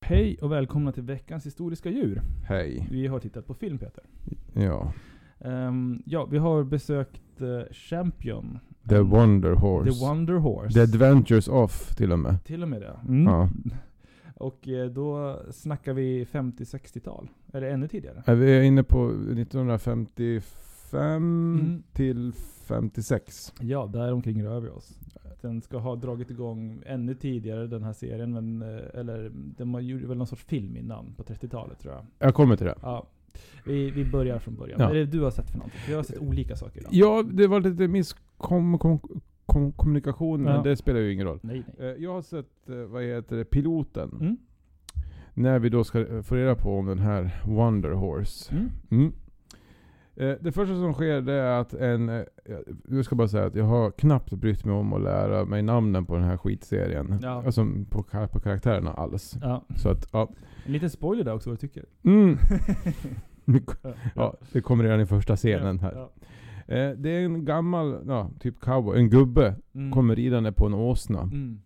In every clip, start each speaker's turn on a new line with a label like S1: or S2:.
S1: Hej och välkomna till veckans historiska djur.
S2: Hej.
S1: Vi har tittat på film Peter.
S2: Ja.
S1: Ehm, ja, vi har besökt eh, Champion.
S2: The
S1: Ehm,
S2: Wonder Horse.
S1: The Wonder Horse.
S2: The Adventures of till och med.
S1: Till och med det. Mm.
S2: Ja.
S1: Och eh, då snackar vi 50-60-tal. Eller ännu tidigare.
S2: Är vi inne på 1955
S1: Mm.
S2: till 56?
S1: Ja, där omkring rör vi oss. Den ska ha dragit igång ännu tidigare den här serien, men, eh, eller de har- gjorde väl någon sorts film innan, på 30-talet tror jag.
S2: Jag kommer till det.
S1: Ja. Vi, vi börjar från början.
S2: Ja.
S1: Vad är det du har sett för någonting? Vi har sett olika saker. idag.
S2: Ja, det var lite misskom kom, kom, kommunikation,
S1: Ja.
S2: men det spelar ju ingen roll.
S1: Nej, nej.
S2: Eh, Jag har sett, eh, vad heter det, piloten.
S1: Mm.
S2: När vi då ska eh, få reda på om den här Wonder Horse.
S1: Mm.
S2: Mm. Eh, Det första som sker det är att en... eh, Jag ska bara säga att jag har knappt brytt mig om att lära mig namnen på den här skitserien.
S1: Ja.
S2: Alltså på, kar- på karaktärerna alls.
S1: Ja.
S2: Så att, ja.
S1: En liten spoiler där också, vad du tycker.
S2: Mm. ja, det kommer redan i första scenen här.
S1: Ja.
S2: Eh, Det är en gammal, ja, typ cowboy, en gubbe,
S1: Mm.
S2: kommer ridande på en åsna.
S1: Mm.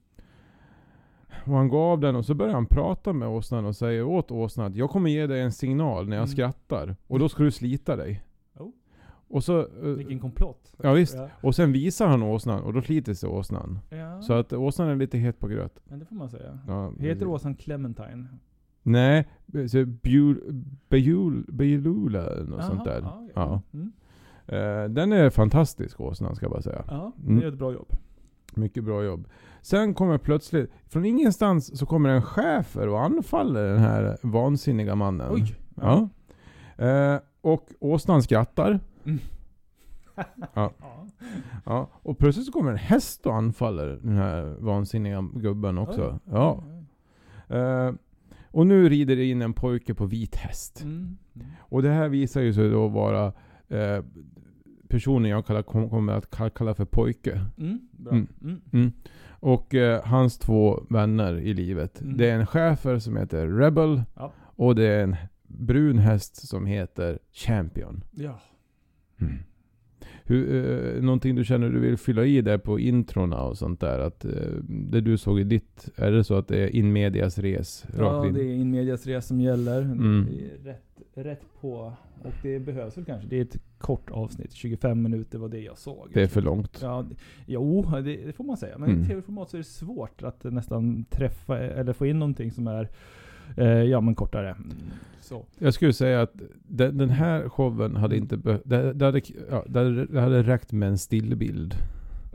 S2: Och han gav den och så började han prata med åsnan och säger åt åsnan att jag kommer ge dig en signal när jag
S1: Mm.
S2: skrattar. Och då ska du slita dig.
S1: Oh.
S2: Och så... eh,
S1: Vilken komplott.
S2: Ja visst.
S1: Ja.
S2: Och sen visar han åsnan och då sliter sig åsnan.
S1: ja.
S2: Så att åsnan är lite het på gröt.
S1: Men det får man säga.
S2: Ja,
S1: Heter åsan Clementine?
S2: Nej, så Bjul- Bejul- Bejulula eller något
S1: Jaha,
S2: sånt där.
S1: Ja, ja.
S2: Ja.
S1: Mm.
S2: Eh, den är fantastisk åsnan ska jag bara säga.
S1: ja
S2: Mm.
S1: det är ett bra jobb.
S2: Mycket bra jobb. Sen kommer plötsligt, från ingenstans så kommer en schäfer och anfaller den här vansinniga mannen.
S1: Oj!
S2: Ja. Eh, och åsnan skrattar.
S1: Mm.
S2: ja.
S1: Ja.
S2: Ja. Och plötsligt så kommer en häst och anfaller den här vansinniga gubben också. Ja. Eh, och nu rider det in en pojke på vit häst.
S1: Mm. Mm.
S2: Och det här visar ju sig då vara eh, personen jag kallar, kom- kommer att kall- kalla för pojke.
S1: Mm. Bra.
S2: Mm.
S1: Mm.
S2: Och eh, hans två vänner i livet.
S1: Mm.
S2: Det är en schäfer som heter Rebel.
S1: Ja.
S2: Och det är en brun häst som heter Champion.
S1: Ja.
S2: Hur, eh, någonting du känner du vill fylla i där på introna och sånt där? Att eh, det du såg i ditt, är det så att det är in medias res?
S1: ja,
S2: rakt in?
S1: det är in medias res som gäller.
S2: Mm.
S1: Det är Rätt, rätt på. Och det behövs väl kanske. Det är ett kort avsnitt. 25 minuter var det jag såg.
S2: det är för långt.
S1: Ja, det- jo, det, det får man säga. Men
S2: Mm.
S1: i tv-format så är det svårt att nästan träffa eller få in någonting som är eh, ja, men kortare. Mm, Så.
S2: Jag skulle säga att den, den här showen hade inte behövt... Det, det, hade, ja, det, hade, det hade räckt med en stillbild.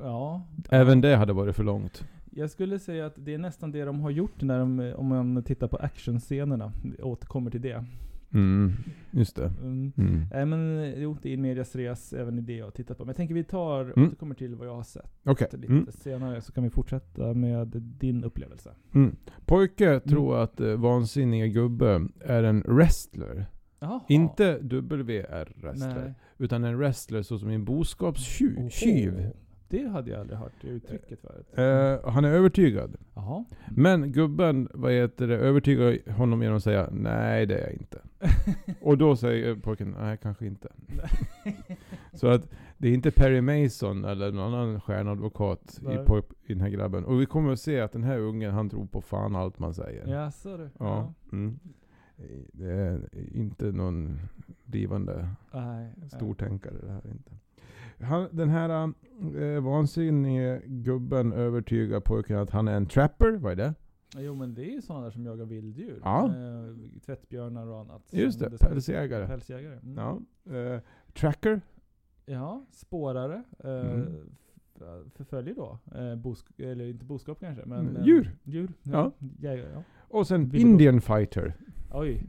S1: Ja,
S2: Även det hade varit för långt.
S1: jag skulle säga att det är nästan det de har gjort när de, om man tittar på actionscenerna. Jag Återkommer till det.
S2: Mm, just det.
S1: Mm.
S2: Mm.
S1: Nej men eh, jo, det är in medias res även i det jag har tittat på. Men jag tänker vi tar,
S2: Mm.
S1: återkommer till vad jag har sett
S2: Okej.
S1: lite
S2: Mm.
S1: senare, så kan vi fortsätta med din upplevelse.
S2: Mm. Pojke tror att eh, vansinniga gubbe är en wrestler.
S1: Jaha.
S2: Inte WR-wrestler.
S1: Nej. Oh.
S2: Utan en wrestler såsom en boskapstjuv. Tjuv.
S1: Oho. Det hade jag aldrig hört, det uttrycket förut.
S2: Eh, han är övertygad.
S1: Jaha.
S2: Men gubben, vad heter det, övertygar honom genom att säga nej det är jag inte. Och då säger pojken nej kanske inte. Så att det är inte Perry Mason eller någon annan stjärnadvokat i,
S1: Nej.
S2: poj- i den här grabben. Och vi kommer att se att den här ungen han tror på fan allt man säger.
S1: Jaså du.
S2: Ja. Mm. Det är inte någon blivande
S1: Nej, nej.
S2: stortänkare det här inte. Han, den här eh, vansinnige gubben övertygar pojken att han är en trapper, vad är det?
S1: Jo men det är ju sådana där som jagar vilddjur.
S2: Ja.
S1: Eh, tvättbjörnar och annat.
S2: Just
S1: Som
S2: det, pälsjägare.
S1: Pälsjägare. Mm.
S2: Ja. Eh, tracker?
S1: Ja, spårare. Eh,
S2: Mm.
S1: f- Förföljer då, eh, bosk- eller inte boskap kanske, men...
S2: Mm,
S1: eh,
S2: djur.
S1: Djur. Ja. Jägare, ja.
S2: Och sen
S1: Vilbo.
S2: Indian fighter.
S1: Oj.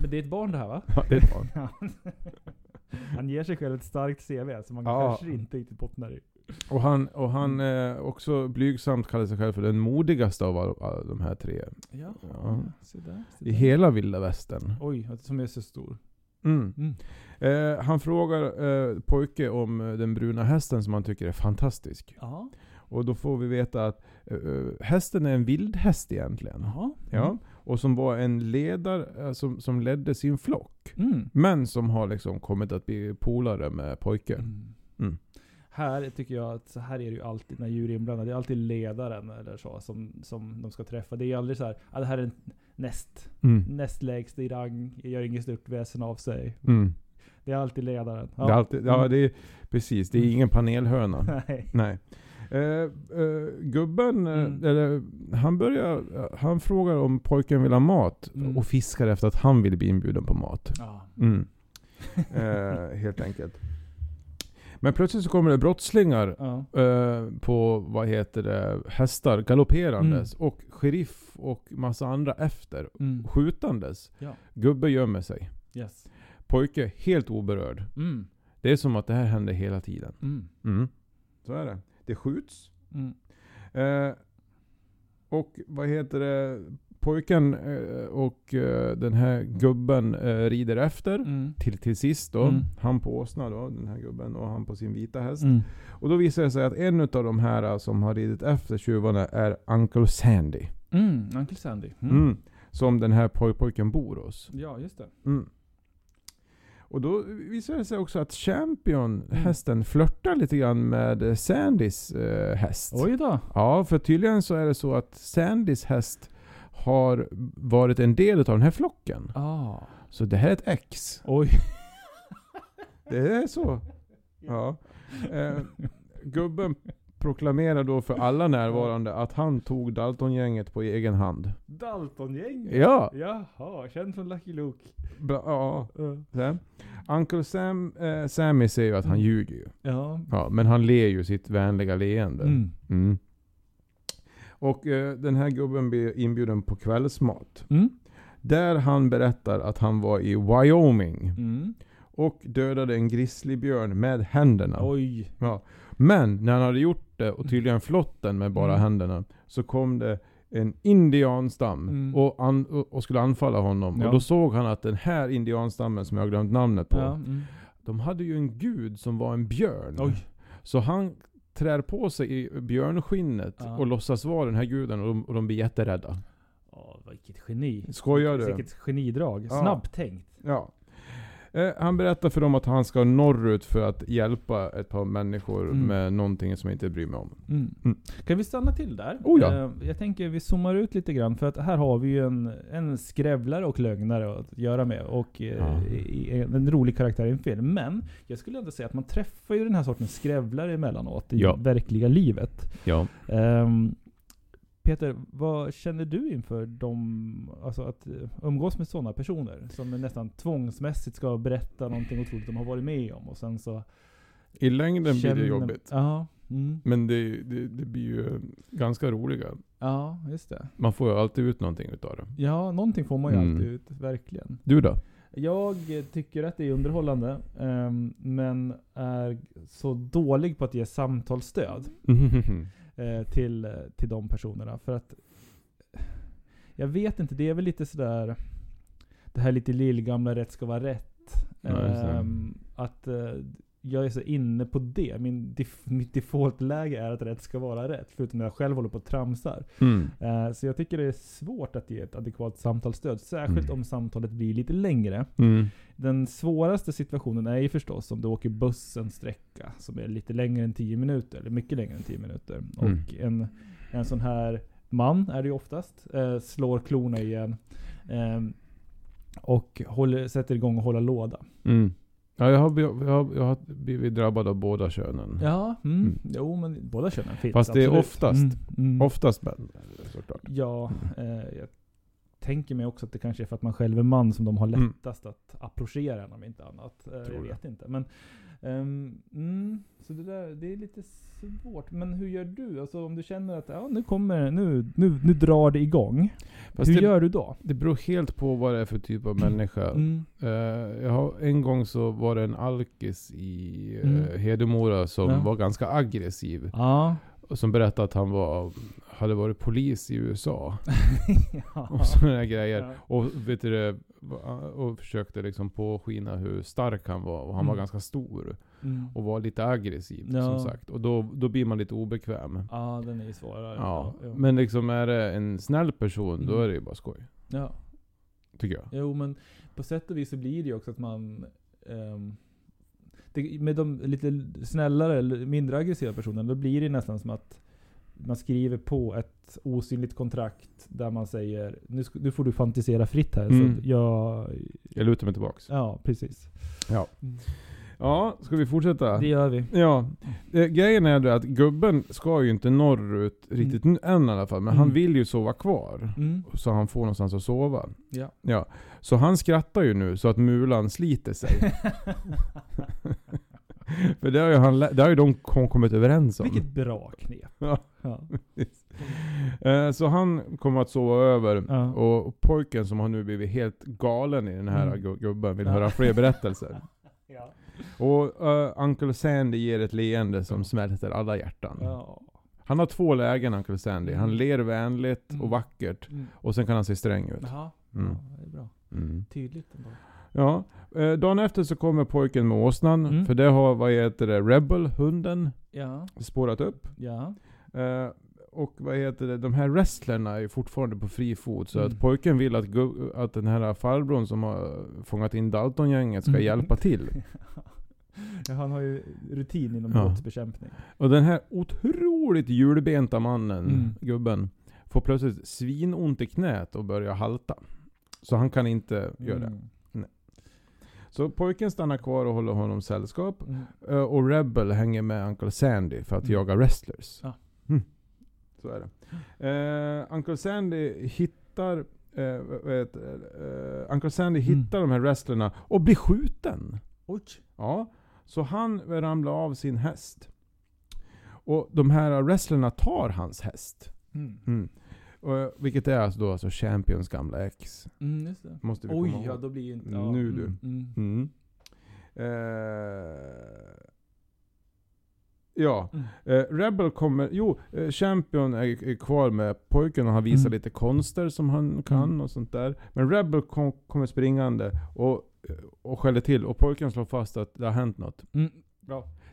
S1: Men det är ett barn det här va?
S2: Ja, det är ett barn.
S1: Han ger sig själv ett starkt CV som man
S2: Ja.
S1: kanske inte riktigt bottnar i.
S2: och han, och han eh, också blygsamt kallar sig själv för den modigaste av all, all de här tre.
S1: Ja,
S2: Ja.
S1: se där. Se
S2: I
S1: där.
S2: hela vilda västern.
S1: Oj, att- som är så stor.
S2: Mm.
S1: Mm.
S2: Eh, han frågar eh, pojke om eh, den bruna hästen som han tycker är fantastisk.
S1: Ja.
S2: Och då får vi veta att eh, eh, hästen är en vildhäst egentligen.
S1: Jaha. Mm.
S2: Ja. Och som var en ledare eh, som, som ledde sin flock.
S1: Mm.
S2: Men som har liksom kommit att bli polare med pojke.
S1: Mm.
S2: Mm.
S1: Här tycker jag att så här är det ju alltid när djur är inblandade. Det är alltid ledaren eller så som, som de ska träffa. Det är ju aldrig så här, ah, det här är en näst,
S2: Mm.
S1: näst lägst i rang, gör inget stort väsen av sig.
S2: Mm.
S1: Det är alltid ledaren.
S2: Det är alltid,
S1: Mm.
S2: ja, det är, precis. Det är ingen panelhöna.
S1: Nej.
S2: Nej. Eh, eh, gubben, eh,
S1: Mm.
S2: eller, han, börjar, eh, han frågar om pojken vill ha mat
S1: Mm.
S2: och fiskar efter att han vill bli inbjuden på mat.
S1: Ja.
S2: Mm. Eh, helt enkelt. Men plötsligt så kommer det brottslingar
S1: Ja.
S2: eh, på, vad heter det, hästar galopperandes. Och sheriff och massa andra efter.
S1: Mm.
S2: Skjutandes.
S1: Ja.
S2: Gubbe gömmer sig.
S1: Yes.
S2: Pojke helt oberörd.
S1: Mm.
S2: Det är som att det här händer hela tiden.
S1: Mm.
S2: Mm. Så är det. Det skjuts.
S1: Mm.
S2: Eh, och vad heter det? Pojken eh, och eh, den här gubben eh, rider efter.
S1: Mm.
S2: Till, till sist då.
S1: Mm.
S2: Han på åsna då, den här gubben. Och han på sin vita häst.
S1: Mm.
S2: Och då visar det sig att en av de här eh, som har ridit efter tjuvarna är Uncle Sandy.
S1: Mm. Uncle Sandy. Mm.
S2: Mm. Som den här poj- pojken bor hos.
S1: Ja, just det.
S2: Mm. Och då visar det sig också att Champion,
S1: Mm.
S2: hästen, flörtar lite grann med eh, Sandys eh, häst.
S1: Oj då.
S2: Ja, för tydligen så är det så att Sandys häst har varit en del av den här flocken.
S1: Ah.
S2: Så det här är ett ex.
S1: Oj.
S2: Det är så. Ja. Eh, gubben proklamerar då för alla närvarande att han tog Dalton-gänget på egen hand.
S1: Dalton-gänget.
S2: Ja!
S1: Jaha, känd från Lucky Luke.
S2: Bla, ja.
S1: Uh.
S2: Så här. Uncle Sam, eh, Sammy säger ju att han ljuger ju.
S1: Ja.
S2: Ja, men han ler ju sitt vänliga leende.
S1: Mm.
S2: Mm. Och eh, den här gubben blir inbjuden på kvällsmat.
S1: Mm.
S2: Där han berättar att han var i Wyoming
S1: Mm.
S2: och dödade en grizzlybjörn med händerna.
S1: Mm. Oj.
S2: Men när han hade gjort det och tydligen flott den med bara
S1: Mm.
S2: händerna så kom det en indianstam
S1: Mm.
S2: och, an, och och skulle anfalla honom.
S1: Ja.
S2: Och då såg han att den här indianstammen som jag har glömt namnet på,
S1: Ja. Mm.
S2: de hade ju en gud som var en björn.
S1: Oj.
S2: Så han trär på sig i björnskinnet
S1: Ja.
S2: och låtsas vara den här guden och de, och de blir jätterädda.
S1: Oh, vilket geni.
S2: Mm. Skojar du?
S1: Vilket genidrag.
S2: Ja.
S1: Snabbtänkt.
S2: Ja. Eh, han berättar för dem att han ska norrut för att hjälpa ett par människor
S1: Mm.
S2: med någonting som jag inte bryr mig om.
S1: Mm.
S2: Mm.
S1: Kan vi stanna till där?
S2: Oh ja.
S1: Eh, Jag tänker vi zoomar ut lite grann, för att här har vi ju en, en skrävlare och lögnare att göra med. Och eh,
S2: Ja.
S1: i- i- en rolig karaktär i en film. Men jag skulle ändå säga att man träffar ju den här sortens skrävlare emellanåt i
S2: Ja.
S1: verkliga livet.
S2: Ja.
S1: Ehm, Peter, vad känner du inför dem, alltså att eh, umgås med sådana personer som nästan tvångsmässigt ska berätta någonting otroligt de har varit med om och sen så...
S2: I längden blir
S1: känner-
S2: det jobbigt.
S1: Ja, mm,
S2: Men det, det, det blir ju ganska roliga.
S1: ja, just det.
S2: Man får ju alltid ut någonting utav det.
S1: Ja, någonting får man ju
S2: Mm.
S1: alltid ut, verkligen.
S2: Du då?
S1: Jag eh, tycker att det är underhållande, ehm, men är så dålig på att ge samtalsstöd. eh, till, eh, till de personerna. För att jag vet inte, det är väl lite sådär det här lite lillgamla rätt ska vara rätt.
S2: Ja, just det.
S1: Ehm, att eh, jag är så inne på det. Min def- mitt defaultläge är att rätt ska vara rätt. Förutom när jag själv håller på och tramsar.
S2: Mm.
S1: Eh, så jag tycker det är svårt att ge ett adekvat samtalsstöd. Särskilt
S2: Mm.
S1: om samtalet blir lite längre.
S2: Mm.
S1: Den svåraste situationen är ju förstås om du åker buss en sträcka som är lite längre än 10 minuter, eller mycket längre än 10 minuter.
S2: Mm.
S1: Och en, en sån här man är det ju oftast, eh, slår klorna igen. Eh, och håller, sätter igång och håller låda.
S2: Mm. Ja, jag har, bli- jag, har, jag har blivit drabbad av båda könen.
S1: Ja, mm.
S2: Mm.
S1: jo men båda könen finns.
S2: Fast det är
S1: absolut.
S2: oftast.
S1: Mm, mm.
S2: Oftast män. Såklart.
S1: Ja, eh, jag tänker mig också att det kanske är för att man själv är man som de har
S2: Mm.
S1: lättast att approchera en om inte annat. Eh, jag
S2: det.
S1: vet inte. Men, ehm, mm, så det där, det är lite svårt. Men hur gör du? Alltså om du känner att ja, nu kommer nu, nu, nu drar det igång.
S2: Fast
S1: hur
S2: det,
S1: gör du då?
S2: det beror helt på vad det är för typ av människa.
S1: Mm.
S2: Eh, jag har, en gång så var det en alkis i eh,
S1: Mm.
S2: Hedemora som
S1: Ja.
S2: var ganska aggressiv.
S1: Ja.
S2: Och som berättade att han var, hade varit polis i USA.
S1: ja.
S2: Och sådana där grejer.
S1: Ja.
S2: Och, vet du, det, va- och försökte liksom påskina hur stark han var. Och han var
S1: Mm.
S2: ganska stor.
S1: Mm.
S2: Och var lite aggressiv
S1: Ja.
S2: som sagt. Och då, då blir man lite obekväm.
S1: ja, den är ju svårare.
S2: Ja.
S1: ja.
S2: Men liksom är det en snäll person, då
S1: Mm.
S2: är det ju bara skoj.
S1: ja.
S2: Tycker jag.
S1: Jo, men på sätt och vis så blir det ju också att man... ehm, det, med de lite snällare, eller mindre aggressiva personerna, då blir det nästan som att man skriver på ett osynligt kontrakt där man säger nu, sk- nu får du fantisera fritt här.
S2: Mm.
S1: Så att jag,
S2: Jag lutar mig tillbaks.
S1: ja, precis.
S2: Ja.
S1: Mm.
S2: Ja, ska vi fortsätta?
S1: Det gör vi.
S2: Ja, eh, grejen är det att gubben ska ju inte norrut riktigt nu än i alla fall, men han
S1: Mm.
S2: vill ju sova kvar.
S1: Mm.
S2: Så han får någonstans att sova.
S1: Ja.
S2: Ja. Så han skrattar ju nu så att mulan sliter sig. För det har ju, han, lä- det har ju de kom- kommit överens om.
S1: Vilket bra knep.
S2: Ja.
S1: Ja.
S2: Eh, Så han kommer att sova över.
S1: Ja.
S2: Och pojken som har nu blivit helt galen i den här
S1: Mm.
S2: gu- gubben vill
S1: Ja.
S2: höra fler berättelser.
S1: Ja.
S2: Och eh, Uncle Sandy ger ett leende som smälter alla hjärtan.
S1: Ja.
S2: Han har två lägen Uncle Sandy. Han
S1: Mm.
S2: ler vänligt
S1: Mm.
S2: och vackert.
S1: Mm.
S2: Och sen kan han se sträng ut.
S1: Jaha.
S2: Mm.
S1: Ja, det är bra.
S2: Mm.
S1: Tydligt ändå.
S2: Ja. Eh, dagen efter så kommer pojken med åsnan.
S1: Mm.
S2: För det har, vad heter det, Rebel, hunden,
S1: Ja.
S2: spårat upp.
S1: Ja.
S2: Eh, och vad heter det, de här wrestlerna är ju fortfarande på fri fot. Så
S1: Mm.
S2: att pojken vill att, gu- att den här farbrorn som har fångat in Dalton-gänget ska
S1: Mm.
S2: hjälpa till.
S1: ja. Han har ju rutin inom
S2: Ja.
S1: brottsbekämpning.
S2: Och den här otroligt hjulbenta mannen,
S1: Mm.
S2: gubben, får plötsligt svinont i knät och börjar halta. Så han kan inte göra det.
S1: Mm.
S2: Så pojken stannar kvar och håller honom sällskap.
S1: Mm.
S2: Eh, Och Rebel hänger med Uncle Sandy för att
S1: Mm.
S2: jaga wrestlers.
S1: Ja.
S2: Mm. Så är det. Eh, Uncle Sandy hittar eh, vad heter det? Eh, Uncle Sandy
S1: Mm.
S2: hittar de här wrestlerna och blir skjuten.
S1: Oj.
S2: Ja, så han ramlar av sin häst. Och de här wrestlerna tar hans häst.
S1: Mm.
S2: Mm. Och, vilket är alltså då alltså Champions gamla ex.
S1: Mm, just det.
S2: Måste vi komma
S1: Oj,
S2: ihåg.
S1: ja då blir ju inte... Ja.
S2: Nu
S1: mm,
S2: du.
S1: Mm.
S2: Mm. Eh, ja,
S1: Mm.
S2: eh, Rebel kommer... Jo, eh, Champion är, är kvar med pojken och han visar
S1: Mm.
S2: lite konster som han kan
S1: Mm.
S2: och sånt där. Men Rebel kom, kommer springande och, och skäller till och pojken slår fast att det har hänt något.
S1: Mm.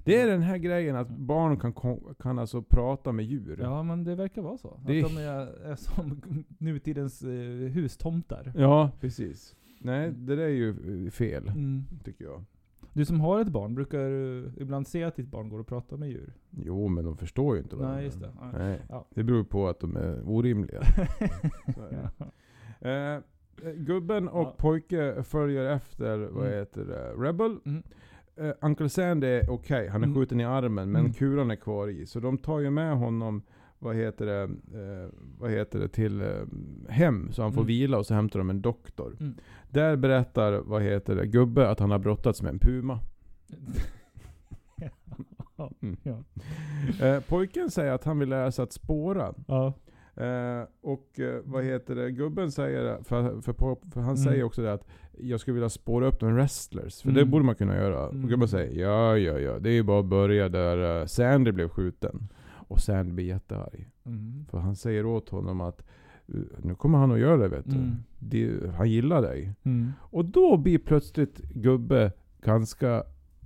S2: Det är den här grejen att barn kan, kom- kan alltså prata med djur.
S1: Ja, men det verkar vara så.
S2: Det är-
S1: Att de är, är som nutidens eh, hustomtar.
S2: Ja, precis. Nej, det där är ju eh, fel,
S1: Mm.
S2: tycker jag.
S1: Du som har ett barn, brukar du ibland se att ditt barn går och pratar med djur?
S2: Jo, men de förstår ju inte varandra.
S1: Nej, just det. Ja.
S2: Nej.
S1: Ja.
S2: Det beror på att de är orimliga. Så är det. Eh, eh, gubben och
S1: Ja.
S2: pojke följer efter, vad
S1: Mm.
S2: heter det, Rebel.
S1: Mm.
S2: Eh, Uncle Sandy är okej, han är
S1: Mm.
S2: skjuten i armen men
S1: Mm.
S2: kulan är kvar i. Så de tar ju med honom, vad heter det, eh, vad heter det till eh, hem så han får
S1: Mm.
S2: vila och så hämtar de en doktor.
S1: Mm.
S2: Där berättar, vad heter det, gubbe att han har brottats med en puma. Mm.
S1: Ja.
S2: Eh, pojken säger att han vill lära sig att spåra.
S1: ja.
S2: Eh, och eh, vad heter det, gubben säger, för, för, på- för han
S1: Mm.
S2: säger också det att jag skulle vilja spåra upp de wrestlers. För det
S1: Mm.
S2: borde man kunna göra.
S1: Mm.
S2: Och gubben säger ja, ja, ja. Det är ju bara att börja där eh, Sandy blev skjuten. Och Sandy blir jättearg.
S1: Mm.
S2: För han säger åt honom att eh, nu kommer han att göra det vet du.
S1: Mm.
S2: Det, han gillar dig.
S1: Mm.
S2: Och då blir plötsligt gubbe ganska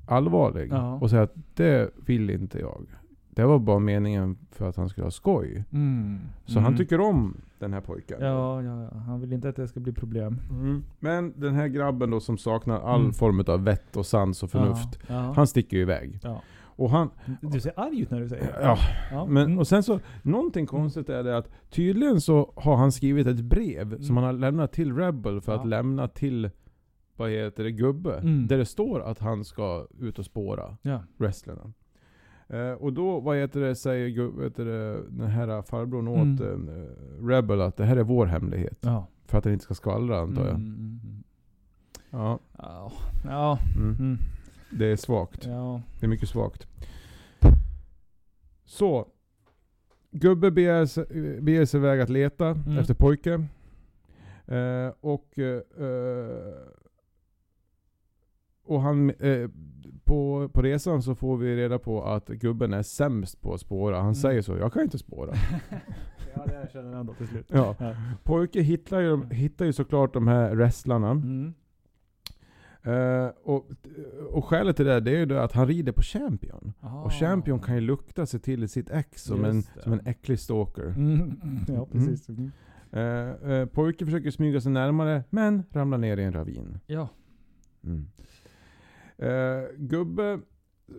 S2: allvarlig.
S1: Ja.
S2: Och säger att det vill inte jag. Det var bara meningen för att han skulle ha skoj.
S1: Mm.
S2: Så han tycker om den här pojken.
S1: Ja, ja, ja, han vill inte att det ska bli problem.
S2: Mm. Men den här grabben då som saknar all
S1: Mm.
S2: form av vett och sans och förnuft.
S1: Ja, ja.
S2: Han sticker ju iväg.
S1: Ja.
S2: Och han...
S1: Du ser arg ut när du säger det.
S2: Ja,
S1: Ja.
S2: men,
S1: Mm.
S2: och sen så, någonting konstigt är det att tydligen så har han skrivit ett brev som
S1: Mm.
S2: han har lämnat till Rebel för att
S1: Ja.
S2: lämna till, vad heter det, Gubbe.
S1: Mm.
S2: Där det står att han ska ut och spåra
S1: Ja.
S2: wrestlerna. Eh, och då, vad heter det, säger gu- vad heter det, den här farbrorn åt
S1: Mm.
S2: eh, Rebel att det här är vår hemlighet.
S1: Ja.
S2: För att den inte ska skvallra antar jag.
S1: Mm, mm, mm.
S2: Ja.
S1: Ja. Ja.
S2: Mm.
S1: Mm.
S2: Det är svagt.
S1: ja.
S2: Det är mycket svagt. Så. Gubbe beger sig, beger sig iväg att leta
S1: Mm.
S2: efter pojke. Eh, och eh, eh, och han, eh, på, på resan så får vi reda på att gubben är sämst på att spåra. Han
S1: Mm.
S2: säger så, jag kan inte spåra.
S1: ja, det här känner han då till slut.
S2: ja.
S1: Ja.
S2: Pojke hittar ju, hittar ju såklart de här wrestlarna.
S1: Mm.
S2: Eh, och, och skälet till det, det är ju det att han rider på Champion.
S1: Ah.
S2: Och Champion kan ju lukta sig till sitt ex som, en,
S1: Just det.
S2: som en äcklig stalker.
S1: Mm. Ja, precis. Mm.
S2: Eh, eh, pojken försöker smyga sig närmare, men ramlar ner i en ravin.
S1: Ja.
S2: Mm. Eh, gubbe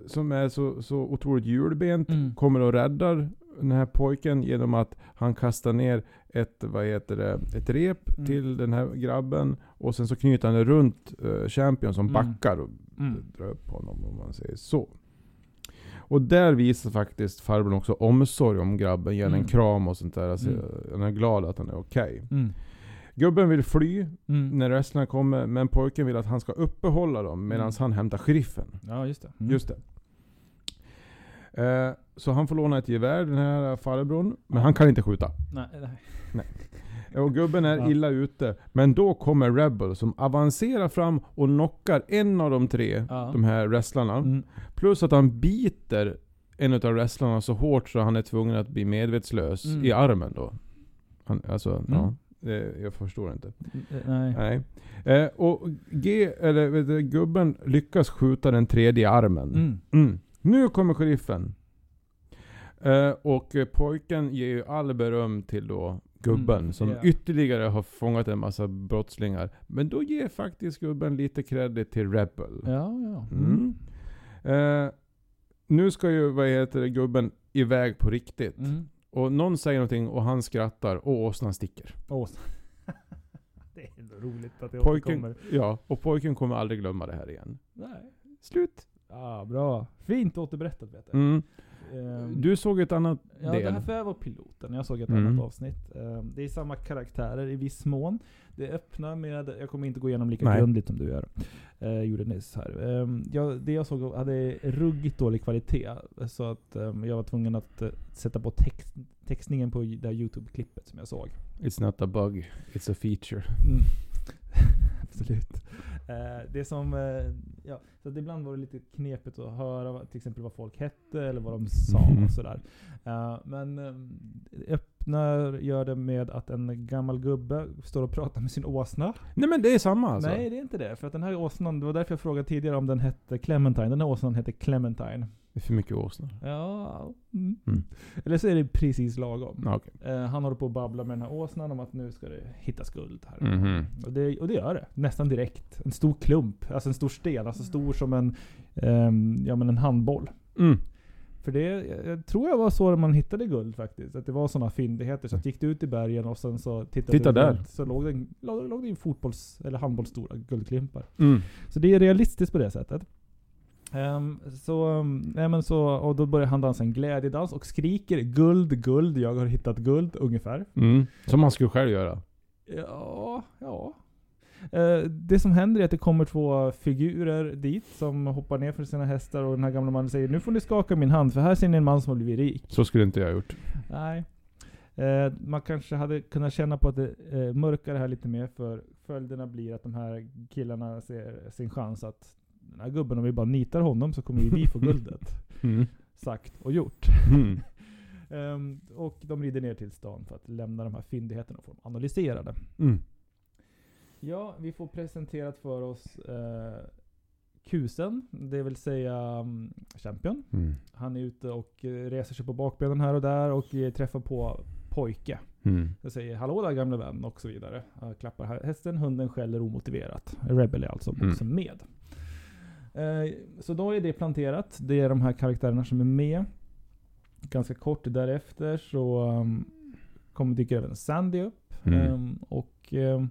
S2: som är så, så otroligt hjulbent
S1: Mm.
S2: kommer och räddar den här pojken genom att han kastar ner ett, vad heter det, ett rep
S1: Mm.
S2: till den här grabben och sen så knyter han det runt eh, Champion som
S1: Mm.
S2: backar och
S1: Mm.
S2: drar upp honom om man säger så. Och där visar faktiskt farbrorn också omsorg om grabben, ger mm. en
S1: Mm.
S2: kram och sånt där. Alltså,
S1: Mm.
S2: Han är glad att han är okej.
S1: Mm.
S2: Gubben vill fly
S1: Mm.
S2: när wrestlaren kommer, men pojken vill att han ska uppehålla dem medan
S1: Mm.
S2: han hämtar sheriffen.
S1: Ja, just det. Mm.
S2: Just det. Eh, så han får låna ett gevär, den här farbrorn. Men han kan inte skjuta.
S1: Nej, nej.
S2: Och gubben är
S1: Ja.
S2: illa ute. Men då kommer Rebel som avancerar fram och knockar en av de tre,
S1: Ja.
S2: de här wrestlarna.
S1: Mm.
S2: Plus att han biter en av wrestlarna så hårt så han är tvungen att bli medvetslös
S1: Mm.
S2: i armen då. Han, alltså, ja. Det, jag förstår inte.
S1: Eh, Nej.
S2: Nej. Eh, och G, eller, vet du, gubben lyckas skjuta den tredje i armen.
S1: Mm.
S2: Mm. Nu kommer sheriffen. Eh, och eh, pojken ger ju all beröm till då gubben
S1: Mm,
S2: som
S1: ja.
S2: ytterligare har fångat en massa brottslingar. Men då ger faktiskt gubben lite credit till Rebel.
S1: Ja, ja.
S2: Mm. Eh, nu ska ju, vad heter det, gubben iväg på riktigt.
S1: Mm.
S2: Och någon säger någonting och han skrattar och åsnan sticker.
S1: Åh. det är ändå roligt att det
S2: Pojken,
S1: återkommer.
S2: ja, och pojken kommer aldrig glömma det här igen.
S1: Nej.
S2: Slut.
S1: Ja, bra. Fint återberättat Peter.
S2: Mm.
S1: Ehm,
S2: Du såg ett annat
S1: Ja,
S2: del.
S1: det här för jag var piloten. Jag såg ett
S2: Mm.
S1: annat avsnitt. Eh, Det är samma karaktärer i viss mån. Det öppnar med, jag kommer inte gå igenom lika
S2: Nej.
S1: grundligt som du gör. Eh, gjorde nyss här. Eh, jag, det jag såg hade ruggigt dålig kvalitet. Så att eh, jag var tvungen att eh, sätta på text, textningen på det här YouTube-klippet som jag såg.
S2: It's not a bug, it's a feature.
S1: Mm. Absolut. Eh, det som, eh, ja, så att ibland var det lite knepigt att höra vad- till exempel vad folk hette eller vad de sa
S2: Mhm.
S1: och sådär. Eh, men eh, öppnar gör det med att en gammal gubbe står och pratar med sin åsna.
S2: Nej men det är samma alltså.
S1: Nej, det är inte det. För att den här åsnan, det var därför jag frågade tidigare om den hette Clementine. Den här åsnan hette Clementine.
S2: Det är för mycket åsnor.
S1: Ja. Mm.
S2: Mm.
S1: Eller så är det precis lagom.
S2: Ja, okej.
S1: Eh, han håller på och babblar med den här åsnan om att nu ska det hittas guld här.
S2: Mhm.
S1: Och det, och det gör det. Nästan direkt. En stor klump. Alltså en stor sten. Alltså stor som en, ehm, ja, men en handboll.
S2: Mm.
S1: För det jag- jag tror jag var så man hittade guld faktiskt. Att det var sådana fyndigheter. Så att gick du ut i bergen och sen så tittade
S2: Titta
S1: du
S2: där.
S1: runt, Så låg det, en- låg, låg det en fotbolls eller handbollsstora guldklimpar.
S2: Mm.
S1: Så det är realistiskt på det sättet. Ehm, så, ehm, nej men så, och då börjar han dansa en glädjedans och skriker guld, guld, jag har hittat guld ungefär.
S2: Mm. Som man skulle själv göra.
S1: Ja, ja. Eh, Det som händer är att det kommer två figurer dit som hoppar ner från sina hästar och den här gamla mannen säger Nu får ni skaka min hand för här ser ni en man som har blivit rik.
S2: Så skulle inte jag ha gjort.
S1: Nej. Eh, Man kanske hade kunnat känna på att det eh, mörkar det här lite mer för följderna blir att de här killarna ser sin chans att den här gubben, om vi bara nitar honom så kommer ju vi få guldet.
S2: Mm.
S1: Sagt och gjort.
S2: Mm.
S1: Ehm, Och de rider ner till stan för att lämna de här fyndigheterna och få dem analyserade.
S2: Mm.
S1: Ja, vi får presenterat för oss eh, kusen, det vill säga mm, Champion.
S2: Mm.
S1: Han är ute och eh, reser sig på bakbenen här och där och eh, träffar på pojke.
S2: Mm.
S1: Jag säger hallå där gamla vän och så vidare. Han klappar här. hästen, hunden skäller omotiverat. Rebel är alltså
S2: Mm.
S1: också med. Eh, så då är det planterat. Det är de här karaktärerna som är med. Ganska kort därefter så um, kommer dyker även Sandy upp.
S2: Mm.
S1: Ehm, och ehm,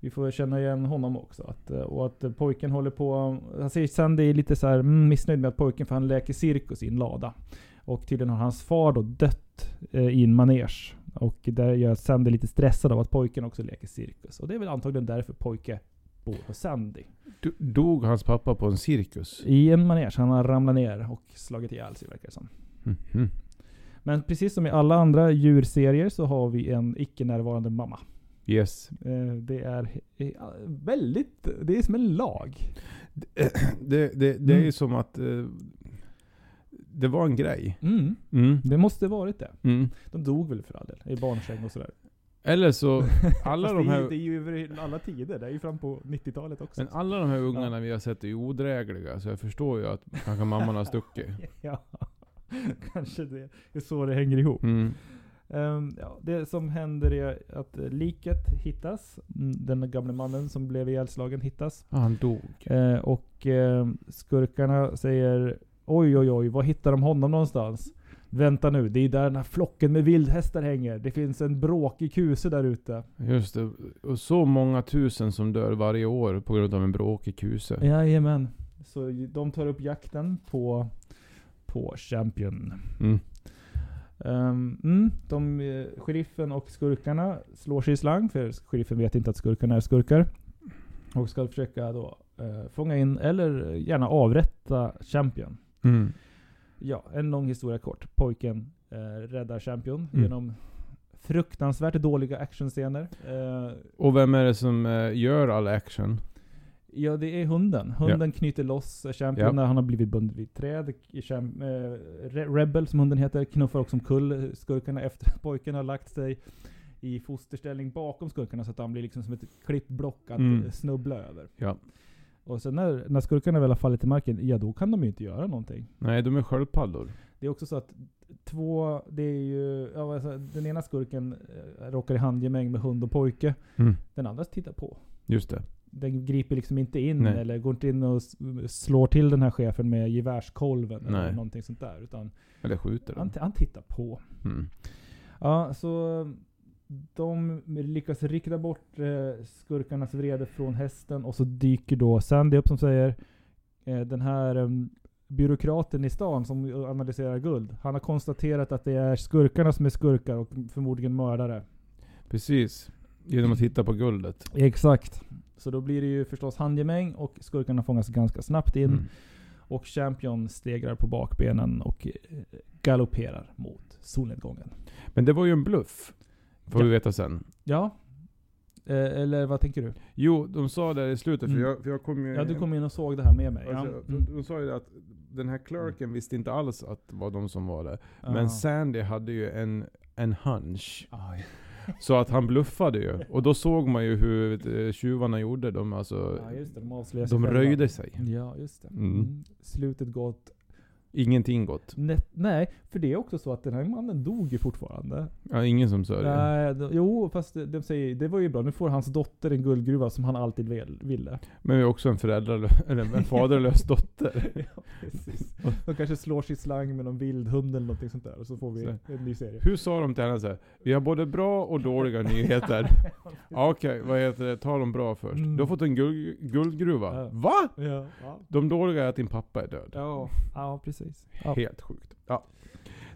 S1: vi får känna igen honom också. Att, eh, och att eh, pojken håller på... um, Han säger Sandy är lite så här, mm, missnöjd med att pojken, för han leker cirkus i en lada. Och tydligen har hans far då dött eh, i en manege. Och där gör Sandy lite stressad av att pojken också leker cirkus. Och det är väl antagligen därför pojke bor hos Sandy.
S2: Do- Dog hans pappa på en cirkus?
S1: I en manege. Han har ramlat ner och slagit ihjäl sig verkar det som.
S2: Mhm.
S1: Men precis som i alla andra djurserier så har vi en icke-närvarande mamma.
S2: Yes.
S1: Eh, Det är he- eh, väldigt, det är som en lag.
S2: Det, det, det är ju
S1: Mm.
S2: som att eh, det var en grej.
S1: Mm.
S2: Mm.
S1: Det måste varit det.
S2: Mm.
S1: De dog väl för all del, i barnsäng och sådär.
S2: Eller så, alla
S1: Fast
S2: de
S1: det är ju-
S2: här
S1: Det är ju över alla tider, det är ju fram på 90-talet också.
S2: men alla de här ungarna vi har sett är ju odrägliga, så jag förstår ju att kanske mamman har stuckit.
S1: Ja, kanske det är så det hänger ihop.
S2: Mm.
S1: Ehm, ja, det som händer är att eh, liket hittas. Mm, Den gamle mannen som blev ihjälslagen hittas.
S2: Ah, han dog.
S1: Eh, och eh, skurkarna säger Oj oj oj, var hittar de honom någonstans? Vänta nu, det är där den här flocken med vildhästar hänger. Det finns en bråkig kuse där ute.
S2: Just det. Och så många tusen som dör varje år på grund av en bråkig kuse.
S1: Jajamän. Så de tar upp jakten på, på Champion.
S2: Mm.
S1: Ehm, mm, de, eh, sheriffen och skurkarna slår sig i slang, för sheriffen vet inte att skurkarna är skurkar. Och ska försöka då eh, fånga in, eller gärna avrätta Champion.
S2: Mm.
S1: Ja, en lång historia kort. Pojken eh, räddar Champion
S2: Mm.
S1: genom fruktansvärt dåliga actionscener. Eh,
S2: Och vem är det som eh, gör all action?
S1: Ja, det är hunden. Hunden knyter loss Champion
S2: Ja.
S1: när han har blivit bunden vid ett träd. I Champ- eh, Re- Rebel, som hunden heter, knuffar också omkull skurkarna efter att pojken har lagt sig i fosterställning bakom skurkarna så att han blir liksom som ett klippblock att
S2: Mm.
S1: eh, snubbla över.
S2: Ja.
S1: Och sen när, när skurkarna väl har fallit till marken, ja då kan de ju inte göra någonting.
S2: Nej, de är sköldpaddor.
S1: Det är också så att två, det är ju, ja, alltså, den ena skurken eh, råkar i handgemäng med hund och pojke.
S2: Mm.
S1: Den andra tittar på
S2: Just det.
S1: den griper liksom inte in
S2: Nej.
S1: eller går inte in och s- slår till den här chefen med gevärskolven eller
S2: Nej.
S1: någonting sånt där. Utan
S2: Eller skjuter
S1: han,
S2: dem.
S1: t- han tittar på.
S2: Mm.
S1: Ja, så de lyckas rikta bort eh, skurkarnas vrede från hästen och så dyker då Sandy upp som säger eh, den här eh, byråkraten i stan som analyserar guld. Han har konstaterat att det är skurkarna som är skurkar och förmodligen mördare.
S2: Precis. Genom att titta på guldet.
S1: Exakt. Så då blir det ju förstås handgemäng och skurkarna fångas ganska snabbt in.
S2: Mm.
S1: Och Champion stegrar på bakbenen och eh, galopperar mot solnedgången.
S2: Men det var ju en bluff. Får
S1: Ja.
S2: vi veta sen.
S1: Ja. Eh, eller vad tänker du?
S2: Jo, de sa där i slutet,
S1: Mm.
S2: för, jag, för jag kom ju...
S1: Ja, du kom in och såg det här med mig. Ja.
S2: Alltså,
S1: Mm.
S2: de, de sa ju det att den här clerken visste inte alls att det var de som var där.
S1: Ja.
S2: Men Sandy hade ju en, en hunch.
S1: Ah, ja.
S2: Så att han bluffade ju. Och då såg man ju hur vet du, tjuvarna gjorde. De, alltså,
S1: ja, just det. De avslöjar sig
S2: de
S1: själva.
S2: röjde sig.
S1: Ja, just det.
S2: Mm.
S1: Mm. Slutet gott.
S2: Ingenting gott.
S1: Nä- nej, för det är också så att den här mannen dog ju fortfarande.
S2: Ja, ingen som sa det.
S1: Nej, de, jo, fast de, de säger det var ju bra. Nu får hans dotter en guldgruva som han alltid väl- ville.
S2: Men vi har också en, föräldralö- eller en faderlös dotter.
S1: ja, precis. De kanske slår sig i slang med någon vildhund eller någonting sånt där. Och så får vi en ny serie.
S2: Hur sa de till henne så här? Vi har både bra och dåliga nyheter. Ja, Okej, vad heter det? Ta de bra först.
S1: Mm.
S2: Du har fått en guld, guldgruva.
S1: Ja.
S2: Va?
S1: Ja, ja.
S2: De dåliga är att din pappa är död.
S1: Ja, precis. Ja.
S2: Helt sjukt. Ja.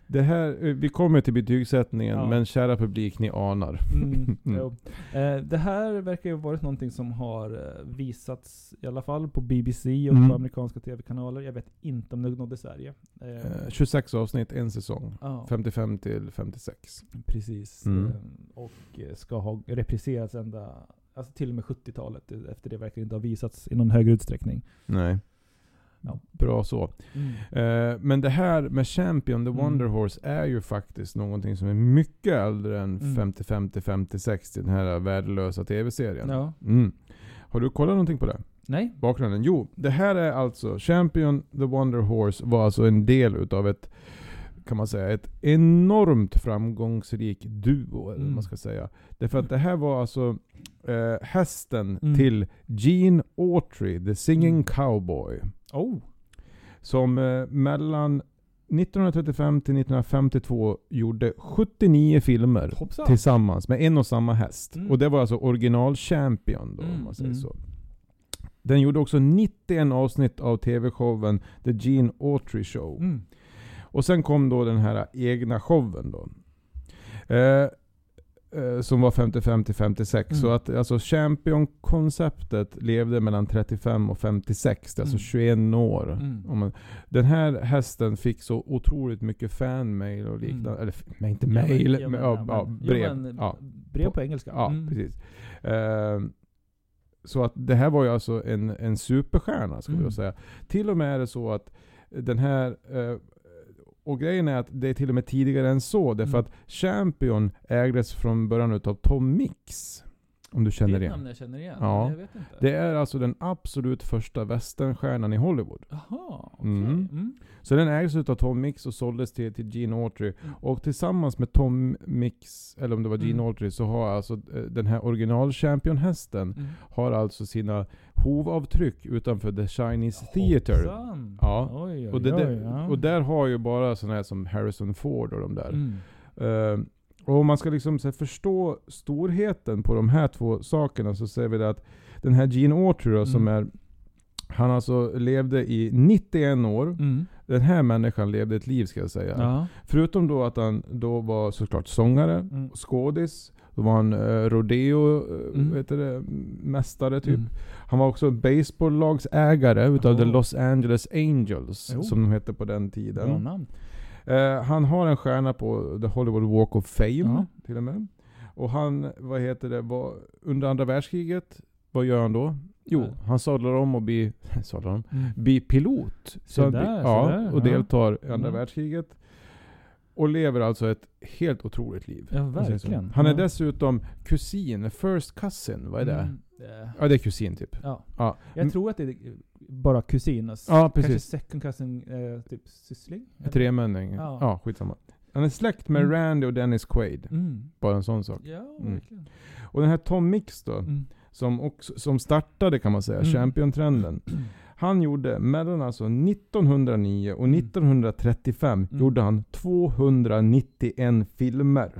S2: Det här, eh, vi kommer till betygssättningen,
S1: Ja.
S2: men kära publik, ni anar.
S1: Mm,
S2: Mm.
S1: jo. Eh, det här verkar ju ha varit någonting som har eh, visats i alla fall på BBC och
S2: Mm.
S1: på amerikanska tv-kanaler. Jag vet inte om det nådde Sverige. Eh,
S2: Eh, 26 avsnitt, en säsong.
S1: ja,
S2: 55 till 56.
S1: precis.
S2: Mm.
S1: Eh, och eh, ska ha repriserats ända, alltså till och med 70-talet. Eh, Efter det verkar det inte ha visats i någon högre utsträckning.
S2: Nej.
S1: Ja.
S2: Bra så. Eh, men det här med Champion, the
S1: Mm.
S2: Wonder Horse, är ju faktiskt någonting som är mycket äldre än
S1: Mm.
S2: 55 till 56, den här värdelösa tv-serien.
S1: Ja.
S2: Mm. Har du kollat någonting på det?
S1: Nej?
S2: bakgrunden? Jo, det här är alltså Champion the Wonder Horse var alltså en del utav ett kan man säga, ett enormt framgångsrik duo, eller vad
S1: Mm.
S2: man ska säga. Därför att det här var alltså eh, hästen
S1: Mm.
S2: till Gene Autry, the singing
S1: Mm.
S2: cowboy.
S1: Oh!
S2: Som eh, mellan 1935 till 1952 gjorde 79 filmer
S1: Hoppsan!
S2: tillsammans med en och samma häst.
S1: Mm.
S2: Och det var alltså original-champion då,
S1: Mm,
S2: om man säger
S1: mm.
S2: så. Den gjorde också 91 avsnitt av TV-showen The Gene Autry Show.
S1: Mm.
S2: Och sen kom då den här egna showen då. Eh, eh, som var 55 till 56.
S1: Mm.
S2: Så att alltså champion-konceptet levde mellan 35 och 56. Det är alltså 21 år.
S1: Mm.
S2: Om man, den här hästen fick så otroligt mycket fanmail och liknande.
S1: Mm.
S2: Eller f- nej, inte
S1: Ja, men-
S2: mail,
S1: ja,
S2: men,
S1: men-
S2: ja,
S1: ja,
S2: ja,
S1: men-
S2: brev.
S1: Ja, men,
S2: ja.
S1: Brev på engelska.
S2: Ja,
S1: Mm.
S2: precis. Ehm, så att det här var ju alltså en, en superstjärna, skulle
S1: Mm.
S2: jag säga. Till och med är det så att den här... eh, och grejen är att det är till och med tidigare än så, därför
S1: Mm.
S2: att Champion ägdes från början utav Tom Mix. Om du
S1: Det
S2: känner
S1: är ett
S2: igen.
S1: namn jag känner igen.
S2: Ja.
S1: men Jag vet inte.
S2: Det är alltså den absolut första westernstjärnan i Hollywood.
S1: Jaha, okej.
S2: Mm.
S1: Mm.
S2: Så den ägs av Tom Mix och såldes till, till Gene Autry. Och tillsammans med Tom Mix, eller om det var Gene
S1: Mm.
S2: Autry, så har alltså eh, den här originalchampionhästen
S1: Mm.
S2: har alltså sina hovavtryck utanför The Chinese Theatre.
S1: Hoppsan.
S2: Ja.
S1: Oj, oj,
S2: Och, det,
S1: oj,
S2: där-
S1: ja.
S2: och där har ju bara sådana här som Harrison Ford och de där.
S1: Mm.
S2: Eh, och om man ska liksom så här, förstå storheten på de här två sakerna så ser vi det att den här Gene Autry
S1: Mm.
S2: då, som är han alltså levde i 91 år.
S1: Mm.
S2: Den här människan levde ett liv ska jag säga.
S1: Ja.
S2: Förutom då att han då var såklart sångare,
S1: Mm.
S2: skådis, då var han eh, rodeo, eh,
S1: Mm.
S2: vad heter det, mästare typ.
S1: Mm.
S2: Han var också basebollagsägare utav
S1: Oh.
S2: The Los Angeles Angels,
S1: Jo.
S2: som de hette på den tiden.
S1: Bra namn.
S2: Eh, han har en stjärna på The Hollywood Walk of Fame
S1: Ja.
S2: till och med. Och han, vad heter det, var under andra världskriget, vad gör han då? Jo,
S1: Nej.
S2: han sadlar om och blir, sadlar om, blir pilot.
S1: Se
S2: han,
S1: där, se
S2: ja,
S1: där,
S2: och
S1: ja.
S2: deltar i andra
S1: Mm.
S2: världskriget. Och lever alltså ett helt otroligt liv.
S1: Ja,
S2: Om man säger så.
S1: verkligen.
S2: Han är
S1: Ja.
S2: dessutom kusin, first cousin, vad är det?
S1: Mm. Eh,
S2: Ja, det är kusin typ.
S1: Ja.
S2: Ja.
S1: Jag tror att det är bara kusin. alltså.
S2: Ja,
S1: Kanske
S2: precis.
S1: second cousin, eh, typ syssling? eller?
S2: Tremänning. Ja.
S1: Ja.
S2: ja, skitsamma. Han är släkt med
S1: Mm.
S2: Randy och Dennis Quaid.
S1: Mm.
S2: Bara en sån sak.
S1: Ja,
S2: Mm.
S1: verkligen.
S2: Och den här Tom Mix då,
S1: Mm.
S2: som, också, som startade kan man säga,
S1: Mm.
S2: champion-trenden. Han gjorde mellan alltså 1909 och
S1: Mm.
S2: 1935
S1: Mm.
S2: gjorde han 291 filmer.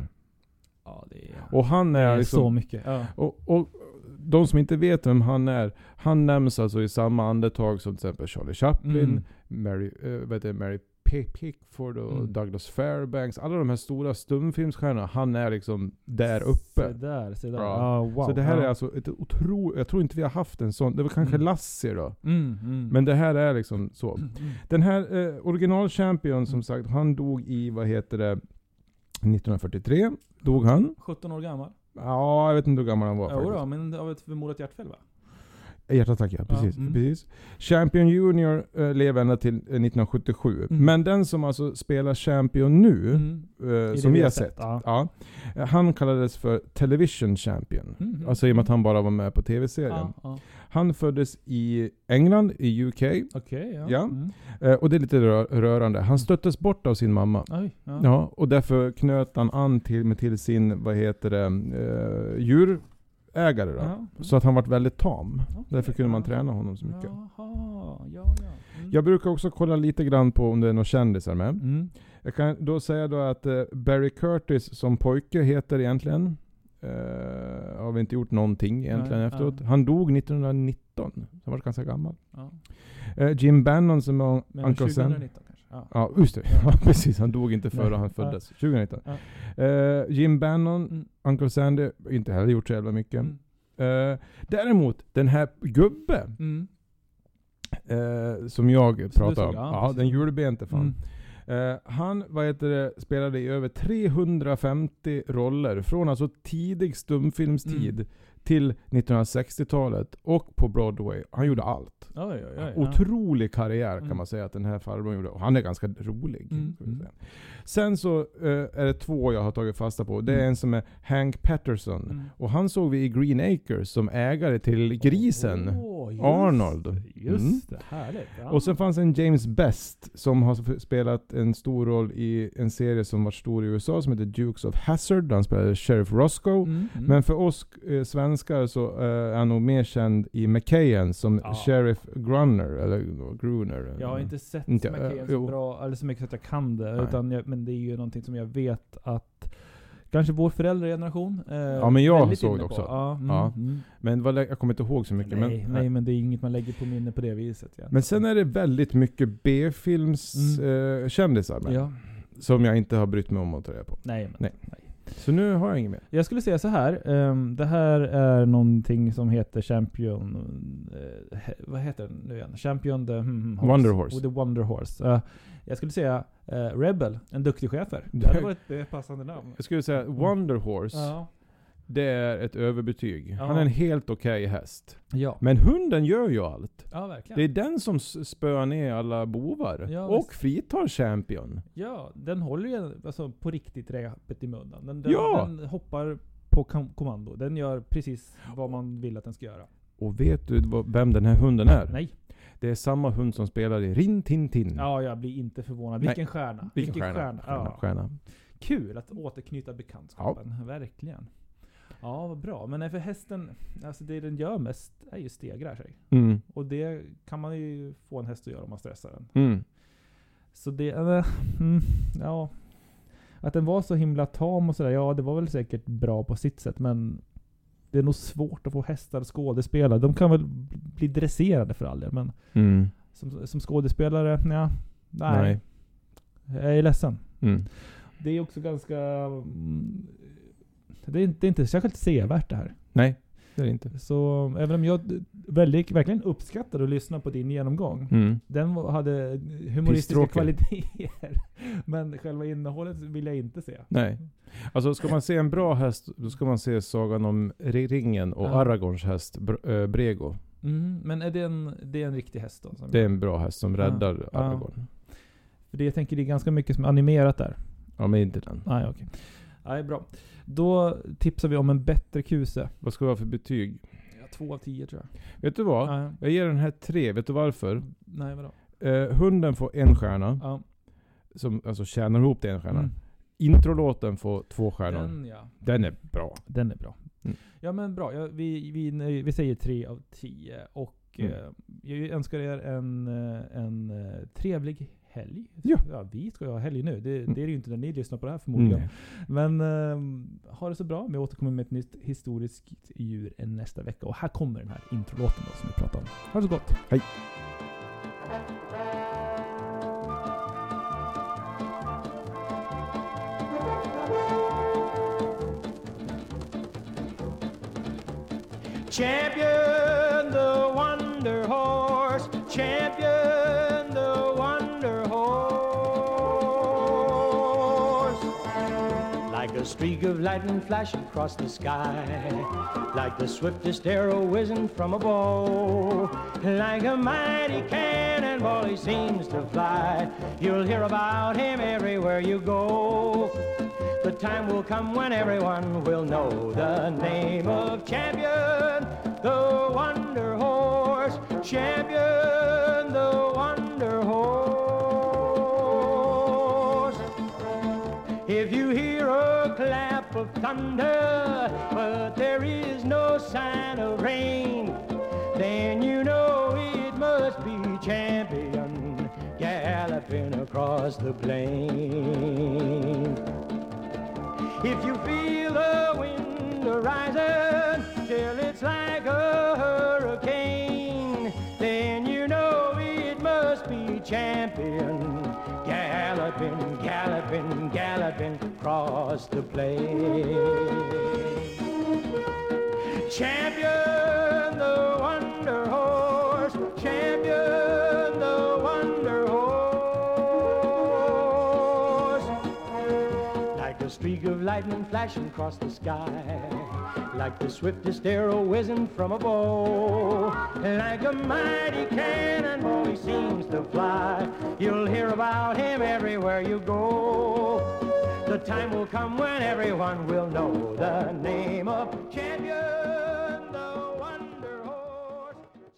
S1: Ja, det är,
S2: Och han
S1: det
S2: är
S1: är så
S2: liksom,
S1: mycket. Ja.
S2: och, och de som inte vet vem han är, han nämns alltså i samma andetag som till exempel Charlie Chaplin,
S1: Mm.
S2: Mary, eh, vad heter det, Mary P- Pickford och
S1: Mm.
S2: Douglas Fairbanks. Alla de här stora stumfilmsstjärnorna, han är liksom där
S1: Se
S2: uppe.
S1: där, se där.
S2: Ja.
S1: Ja, wow.
S2: Så det här
S1: ja.
S2: är alltså ett otroligt, jag tror inte vi har haft en sån, det var kanske
S1: Mm.
S2: Lassie då.
S1: Mm, mm.
S2: Men det här är liksom så.
S1: Mm, mm.
S2: Den här eh, originalchampion som
S1: Mm.
S2: sagt, han dog i, vad heter det, 1943 dog han.
S1: 17 år gammal?
S2: Ja, jag vet inte hur gammal han
S1: Ja,
S2: var faktiskt.
S1: då, men av ett förmodat hjärtfel va?
S2: Hjärtattack ja, precis.
S1: mm.
S2: precis. Champion Junior eh, lever ända till eh, 1977.
S1: Mm.
S2: Men den som alltså spelar Champion nu,
S1: Mm.
S2: eh,
S1: det
S2: som
S1: vi
S2: vi
S1: har
S2: har
S1: sett,
S2: sett,
S1: ja.
S2: ja. Eh, han kallades för Television Champion.
S1: Mm.
S2: Alltså i och med att han bara var med på TV-serien.
S1: Ja, ja.
S2: Han föddes i England, i UK.
S1: Okej, ja.
S2: Ja.
S1: Mm.
S2: Eh, och det är lite rö- rörande. Han stöttes bort av sin mamma.
S1: Oj, ja.
S2: Ja, och därför knöt han an till, med till sin, vad heter det, eh, djurägare då.
S1: Ja.
S2: Så att han vart väldigt tam.
S1: Okej,
S2: Därför kunde man
S1: ja.
S2: träna honom så mycket.
S1: Jaha, ja, ja. Mm.
S2: Jag brukar också kolla lite grann på om det är några kändisar med.
S1: Mm.
S2: Jag kan då säga då att eh, Barry Curtis som pojke heter egentligen, eh, har vi inte gjort någonting egentligen
S1: Nej,
S2: efteråt.
S1: ja.
S2: Han dog 1919, så han var ganska gammal.
S1: Ja.
S2: Eh, Jim Bannon som är
S1: Men
S2: Uncle Sam.
S1: 2019 kanske? Ja.
S2: Ja, just det. Ja, precis. Han dog inte före
S1: Nej.
S2: han föddes. 2019.
S1: Ja.
S2: Eh, Jim Bannon,
S1: Mm.
S2: Uncle Sandy, inte heller gjort så jävla mycket.
S1: Mm.
S2: Eh, däremot, den här gubbe
S1: Mm.
S2: eh, som jag
S1: såg,
S2: pratade om.
S1: ja,
S2: Ja,
S1: precis.
S2: den julbente fan.
S1: Mm.
S2: Eh, han, vad heter det, spelade i över 350 roller. Från alltså tidig stumfilmstid
S1: Mm.
S2: till 1960-talet och på Broadway. Han gjorde allt.
S1: Oj, oj, oj. ja.
S2: Otrolig karriär kan
S1: Mm.
S2: man säga att den här farbrorn gjorde. Och han är ganska rolig.
S1: Mm.
S2: kan vi säga. Sen så eh, är det två jag har tagit fasta på. Det är
S1: Mm.
S2: en som är Hank Patterson.
S1: Mm.
S2: Och han såg vi i Green Acres som ägare till grisen.
S1: Åh, just
S2: Arnold. Mm.
S1: det, Just det, härligt. Ja.
S2: Och sen fanns en James Best som har sp- spelat en stor roll i en serie som var stor i USA som heter Dukes of Hazzard. där han spelade Sheriff Roscoe.
S1: Mm, mm.
S2: Men för oss eh, svenskar så eh, är han nog mer känd i McKayen som
S1: Ja.
S2: Sheriff Grunner, eller eh, Gruner.
S1: jag har inte sett
S2: Inte,
S1: inte,
S2: eh,
S1: McKayen
S2: jo.
S1: så bra, eller så mycket så att jag kan det.
S2: Nej.
S1: Utan jag, men det är ju någonting som jag vet att kanske vår föräldrageneration eh, Ja
S2: men jag såg det också.
S1: Ja, mm,
S2: Ja.
S1: Mm.
S2: Men det var, lä- jag kommer inte ihåg så mycket.
S1: Nej,
S2: men,
S1: nej, men det är inget man lägger på minne på det viset. Ja.
S2: men sen är det väldigt mycket B-filmskändisar med.
S1: Mm. Ja,
S2: Som jag inte har brytt mig om att ta reda på.
S1: nej, men,
S2: Nej.
S1: nej.
S2: Så nu har jag inget mer.
S1: Jag skulle säga så här. ehm, det här är någonting som heter Champion... eh, he, vad heter den nu igen? Champion the... hmm, hmm,
S2: Wonder Horse.
S1: Och the Wonder Horse. Eh, jag skulle säga eh, Rebel, en duktig chefer. Det hade varit ett passande namn.
S2: Jag skulle säga Wonder Horse.
S1: Mm. Ja.
S2: Det är ett överbetyg.
S1: Ja.
S2: Han är en helt okej häst.
S1: Ja.
S2: Men hunden gör ju allt.
S1: ja, verkligen.
S2: Det är den som s- spöar ner alla bovar.
S1: Ja,
S2: och
S1: visst.
S2: fritar champion.
S1: Ja, den håller ju alltså, på riktigt repet i munnen. Den, den,
S2: Ja!
S1: den hoppar på kom- kommando. Den gör precis vad man vill att den ska göra.
S2: Och vet du vad- vem den här hunden är?
S1: Nej.
S2: Det är samma hund som spelar i Rin Tin Tin.
S1: Ja, jag blir inte förvånad.
S2: Nej.
S1: Vilken stjärna.
S2: Vilken stjärna.
S1: Ja.
S2: stjärna.
S1: Kul att återknyta bekantskapen. Verkligen. Ja, vad bra. Men nej, för hästen, alltså det den gör mest är ju stegrar sig.
S2: Mm.
S1: Och det kan man ju få en häst att göra om man stressar den.
S2: Mm.
S1: Så det, eh, mm, ja. Att den var så himla tam och sådär, ja det var väl säkert bra på sitt sätt men det är nog svårt att få hästar att skådespela. De kan väl bli dresserade för all del, men
S2: Mm.
S1: som, som skådespelare, ja, nej.
S2: Nej.
S1: Jag är ledsen.
S2: Mm.
S1: Det är också ganska... mm, Det är inte, det är inte särskilt sevärt det här.
S2: Nej, det är det inte.
S1: Så även om jag d- väldigt, verkligen uppskattade att lyssna på din genomgång,
S2: Mm.
S1: den var- hade humoristiska
S2: Pisstråkig.
S1: kvaliteter. Men själva innehållet vill jag inte se.
S2: Nej. Alltså ska man se en bra häst, då ska man se Sagan om Ri- ringen och
S1: Ja.
S2: Aragorns häst Br- eh, Brego.
S1: Mm, men är det, en, det är en riktig häst då? Som
S2: Det är en bra häst som räddar
S1: Ja.
S2: Aragorn.
S1: För det, jag tänker det är ganska mycket som är animerat där.
S2: Ja, men inte den.
S1: Nej, okej. Nej, bra. Då tipsar vi om en bättre kuse.
S2: Vad ska vi ha för betyg?
S1: Ja, två av tio tror jag.
S2: Vet du vad?
S1: Ja.
S2: Jag ger den här tre, vet du varför?
S1: Nej, vadå?
S2: Eh, hunden får en stjärna,
S1: Ja.
S2: som alltså tjänar ihop till en stjärna.
S1: Mm.
S2: Introlåten får två stjärnor. Den,
S1: Den ja.
S2: är bra.
S1: Den är bra.
S2: Mm.
S1: Ja men bra. Ja, vi, vi, nöj- vi säger tre av tio. Och
S2: Mm.
S1: eh, jag önskar er en, eh, en eh, trevlig helg.
S2: Ja.
S1: vi ska ju ha helg nu. Det,
S2: Mm.
S1: det är det ju inte när ni lyssnar på det här förmodligen.
S2: Mm.
S1: Men eh, ha det så bra. Vi återkommer med ett nytt historiskt djur nästa vecka. Och här kommer den här introlåten då, som vi pratade om. Ha det så gott!
S2: Hej.
S3: Champion the Wonder Horse. Champion the Wonder Horse. Like a streak of lightning flashing across the sky. Like the swiftest arrow whizzing from a bow. Like a mighty cannonball he seems to fly. You'll hear about him everywhere you go. The time will come when everyone will know the name of champion, the Wonder Horse. Champion, the Wonder Horse. If you hear a clap of thunder, but there is no sign of rain, then you know it must be champion galloping across the plain. If you feel the wind rising till it's like a hurricane, then you know it must be champion. Galloping, galloping, galloping across the plain. Champion the Wonder Horse, champion the Wonder Horse. Like a streak of lightning flashing across the sky. Like the swiftest arrow whizzing from a bow. Like a mighty cannonball he seems to fly. You'll hear about him everywhere you go. The time will come when everyone will know the name of champion.